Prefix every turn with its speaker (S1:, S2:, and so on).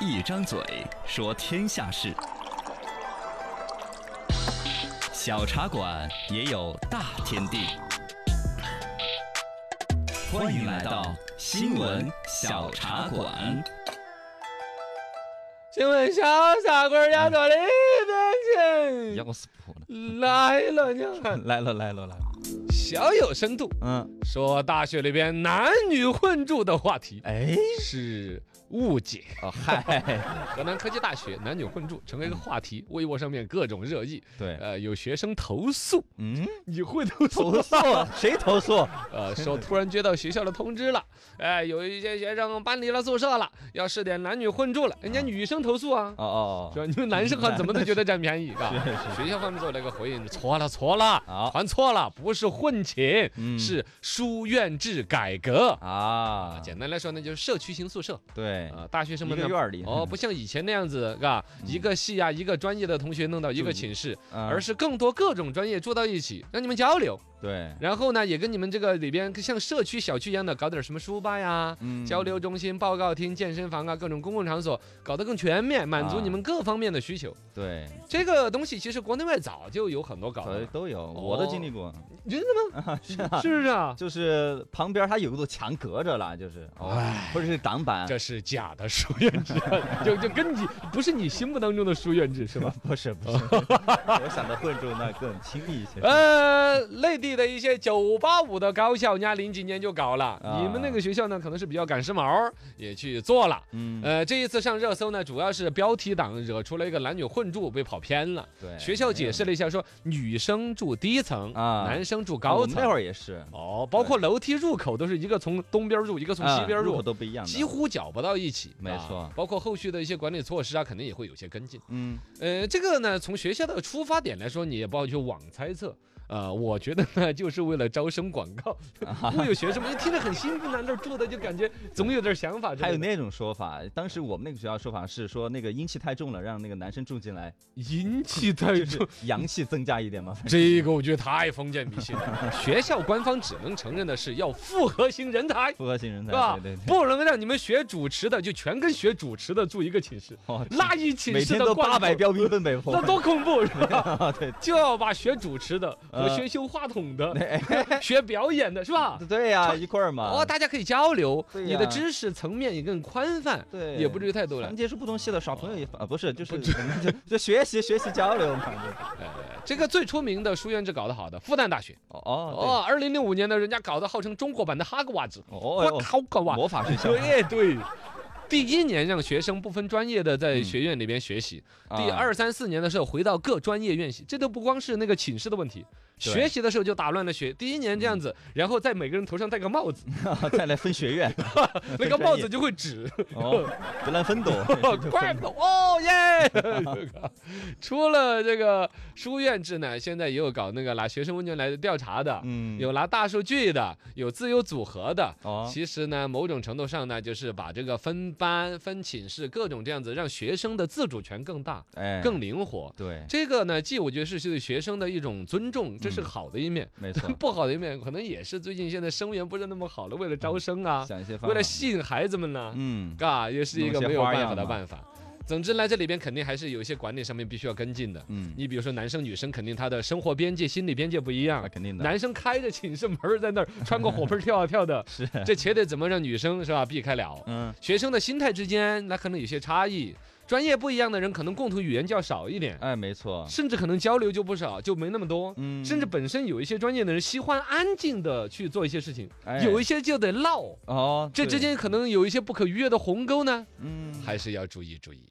S1: 一张嘴说天下事，小茶馆也有大天地。欢迎来到新闻小茶馆。
S2: 请问小傻瓜丫头里边去？
S1: 要死我了！
S2: 来了娘们，
S1: 来了来了来了，
S2: 小有深度，
S1: 嗯，
S2: 说大学里边男女混住的话题
S1: 哎，
S2: 是误解。
S1: 哦嗨，
S2: 河南科技大学男女混住成为一个话题，微博上面各种热议。
S1: 对
S2: 呃，有学生投诉，
S1: 嗯，哦
S2: 你会投诉？
S1: 投诉啊谁投诉？
S2: 呃，说突然接到学校的通知了，哎，有一些学生搬离了宿舍了，要试点男女混住了，
S1: 嗯
S2: 人家女生投诉啊。
S1: 哦哦，
S2: 说你们男生哈怎么都觉得占便宜，嘎
S1: 是是？
S2: 学校方面做了一个回应，错了错了
S1: 好，
S2: 传错了，不是混寝
S1: 哦嗯，
S2: 是书院制改革。
S1: 啊，
S2: 简单来说呢，就是社区型宿舍
S1: 对，
S2: 啊，大学生
S1: 一
S2: 们呢
S1: 个院儿里
S2: 哦，不像以前那样子，嘎，一个系呀、一个专业的同学弄到一个寝室，
S1: 嗯
S2: 而是更多各种专业住到一起，让你们交流。
S1: 对，
S2: 然后呢，也跟你们这个里边像社区小区一样的，搞点什么书吧呀，
S1: 嗯
S2: 交流中心、报告厅、健身房啊，各种公共场所，搞得更全面，满足
S1: 啊
S2: 你们各方面的需求。
S1: 对，
S2: 这个东西其实国内外早就有很多搞
S1: 好哦
S2: 的
S1: 像
S2: 了，
S1: 都有，我都经历过，
S2: 真的吗？是 不是啊？
S1: 哎就是旁边它有个墙隔着了，就是，哦
S2: 哎
S1: 或者是挡板，
S2: 这是假的书院制，就就跟你不是你心目当中的书院制是吧？
S1: 不是不是，我想的混住那更亲密一些。
S2: 呃，内地的一些九八五的高校，人家零几年就搞了，
S1: 啊
S2: 你们那个学校呢，可能是比较赶时髦，也去做了。
S1: 嗯，
S2: 呃，这一次上热搜呢，主要是标题党惹出了一个男女混住，被跑偏了。
S1: 对，
S2: 呃学校解释了一下说，女生住低层，
S1: 啊
S2: 男生住
S1: 我
S2: 高
S1: 们那会
S2: 层。
S1: 儿也是，
S2: 哦，包括楼梯入口都是一个从东边入，一个从西边
S1: 啊入
S2: 入
S1: 口，都不一样的，
S2: 几乎搅不到一起。
S1: 没
S2: 啊
S1: 错
S2: 包括后续的一些管理措施啊，肯定也会有些跟进。
S1: 嗯，
S2: 呃，这个呢，从学校的出发点来说，你也不好去妄猜测。呃，我觉得呢，就是为了招生广 告，忽悠学生们，一听着很兴奋啊，那儿住的就感觉总有点想法之类的。
S1: 还有那种说法，当时我们那个学校说法是说那个阴气太重了，让那个男生住进来，
S2: 引起太
S1: 就是
S2: 重，
S1: 阳气增加一点嘛。
S2: 这个我觉得太封建迷信了。学校官方只能承认的是要复合型人 才，
S1: 复合型人才
S2: 是，吧
S1: 对对？对，
S2: 不能让你们学主持的就全跟学主持的住一个寝室，
S1: 哇
S2: 那一寝
S1: 每
S2: 室
S1: 天
S2: 的
S1: 都
S2: 罐
S1: 八百
S2: 头
S1: 标兵奔北坡
S2: 那，多恐怖是吧？
S1: 对
S2: 就要把学主持的和
S1: 呃
S2: 学修话 筒的、
S1: 哎
S2: 学表演的是吧？
S1: 对呀，一块儿嘛。
S2: 哦，大家可以交流，
S1: 啊对
S2: 你的
S1: 呀
S2: 知识层面也更宽泛，
S1: 对嗯
S2: 也不至于太多
S1: 我
S2: 了
S1: 们。接触不同系的，耍朋友也啊，不是，就是
S2: 不止哦
S1: 我们就就学习学习交流嘛。就
S2: 哎这个最出名的书院制搞得好的复旦大学，
S1: 哦哦
S2: 哦，二零零五年呢，人家搞得号称中国版的哈格瓦兹，
S1: 对，哦
S2: 我
S1: 哦，
S2: 靠，搞
S1: 哦
S2: 哇！
S1: 魔法学校。
S2: 对对，第一年让学生不分专业的在学院里边学习，
S1: 啊
S2: 第二三四年的时候回到各专业院系，这都不光是那个寝室的问题，
S1: 对嗯
S2: 学习的时候就打乱了学。第一年这样子，然后在每个人头上戴个帽子，
S1: 再来分学 院，
S2: 那个帽子就 会指，
S1: 哦，不烂 分斗，
S2: 快走哦耶！ 除了这个书院制呢，现在也有搞那个拿学生问卷来调查的，
S1: 嗯，
S2: 有拿大数据的，有自由组合的。
S1: 哦，
S2: 其实呢，某种程度上呢，就是把这个分班、分寝室各种这样子，让学生的自主权更大、
S1: 哎，
S2: 更灵活。
S1: 对，
S2: 这个呢，既我觉得是对学生的一种尊重，这是好的一面；，
S1: 没错
S2: 不好的一面，可能也是最近现在生源不是那么好了，为了招生啊，
S1: 想一些方法，
S2: 为了吸引孩子们呢，
S1: 嗯，
S2: 嘎、也是一个没有办法
S1: 弄些
S2: 的
S1: 花样
S2: 办法。总之呢，这里边肯定还是有一些管理上面必须要跟进的。
S1: 嗯，
S2: 你比如说，男生女生肯定他的生活边界、心理边界不一样
S1: 那。啊肯定的，
S2: 男生开着寝室门儿在那儿穿个火盆儿跳啊跳的，
S1: 是，
S2: 这且得怎么让女生是吧避开了？
S1: 嗯，
S2: 学生的心态之间，那可能有些差异，专业不一样的人可能共同语言较少一点，
S1: 哎，没错，
S2: 甚至可能交流就不少，就没那么多。
S1: 嗯，
S2: 甚至本身有一些专业的人喜欢安静的去做一些事情，
S1: 哎
S2: 有一些就得唠，
S1: 哦，
S2: 这
S1: 对
S2: 之，间可能有一些不可逾越的鸿沟呢，
S1: 嗯，
S2: 还是要注意注意。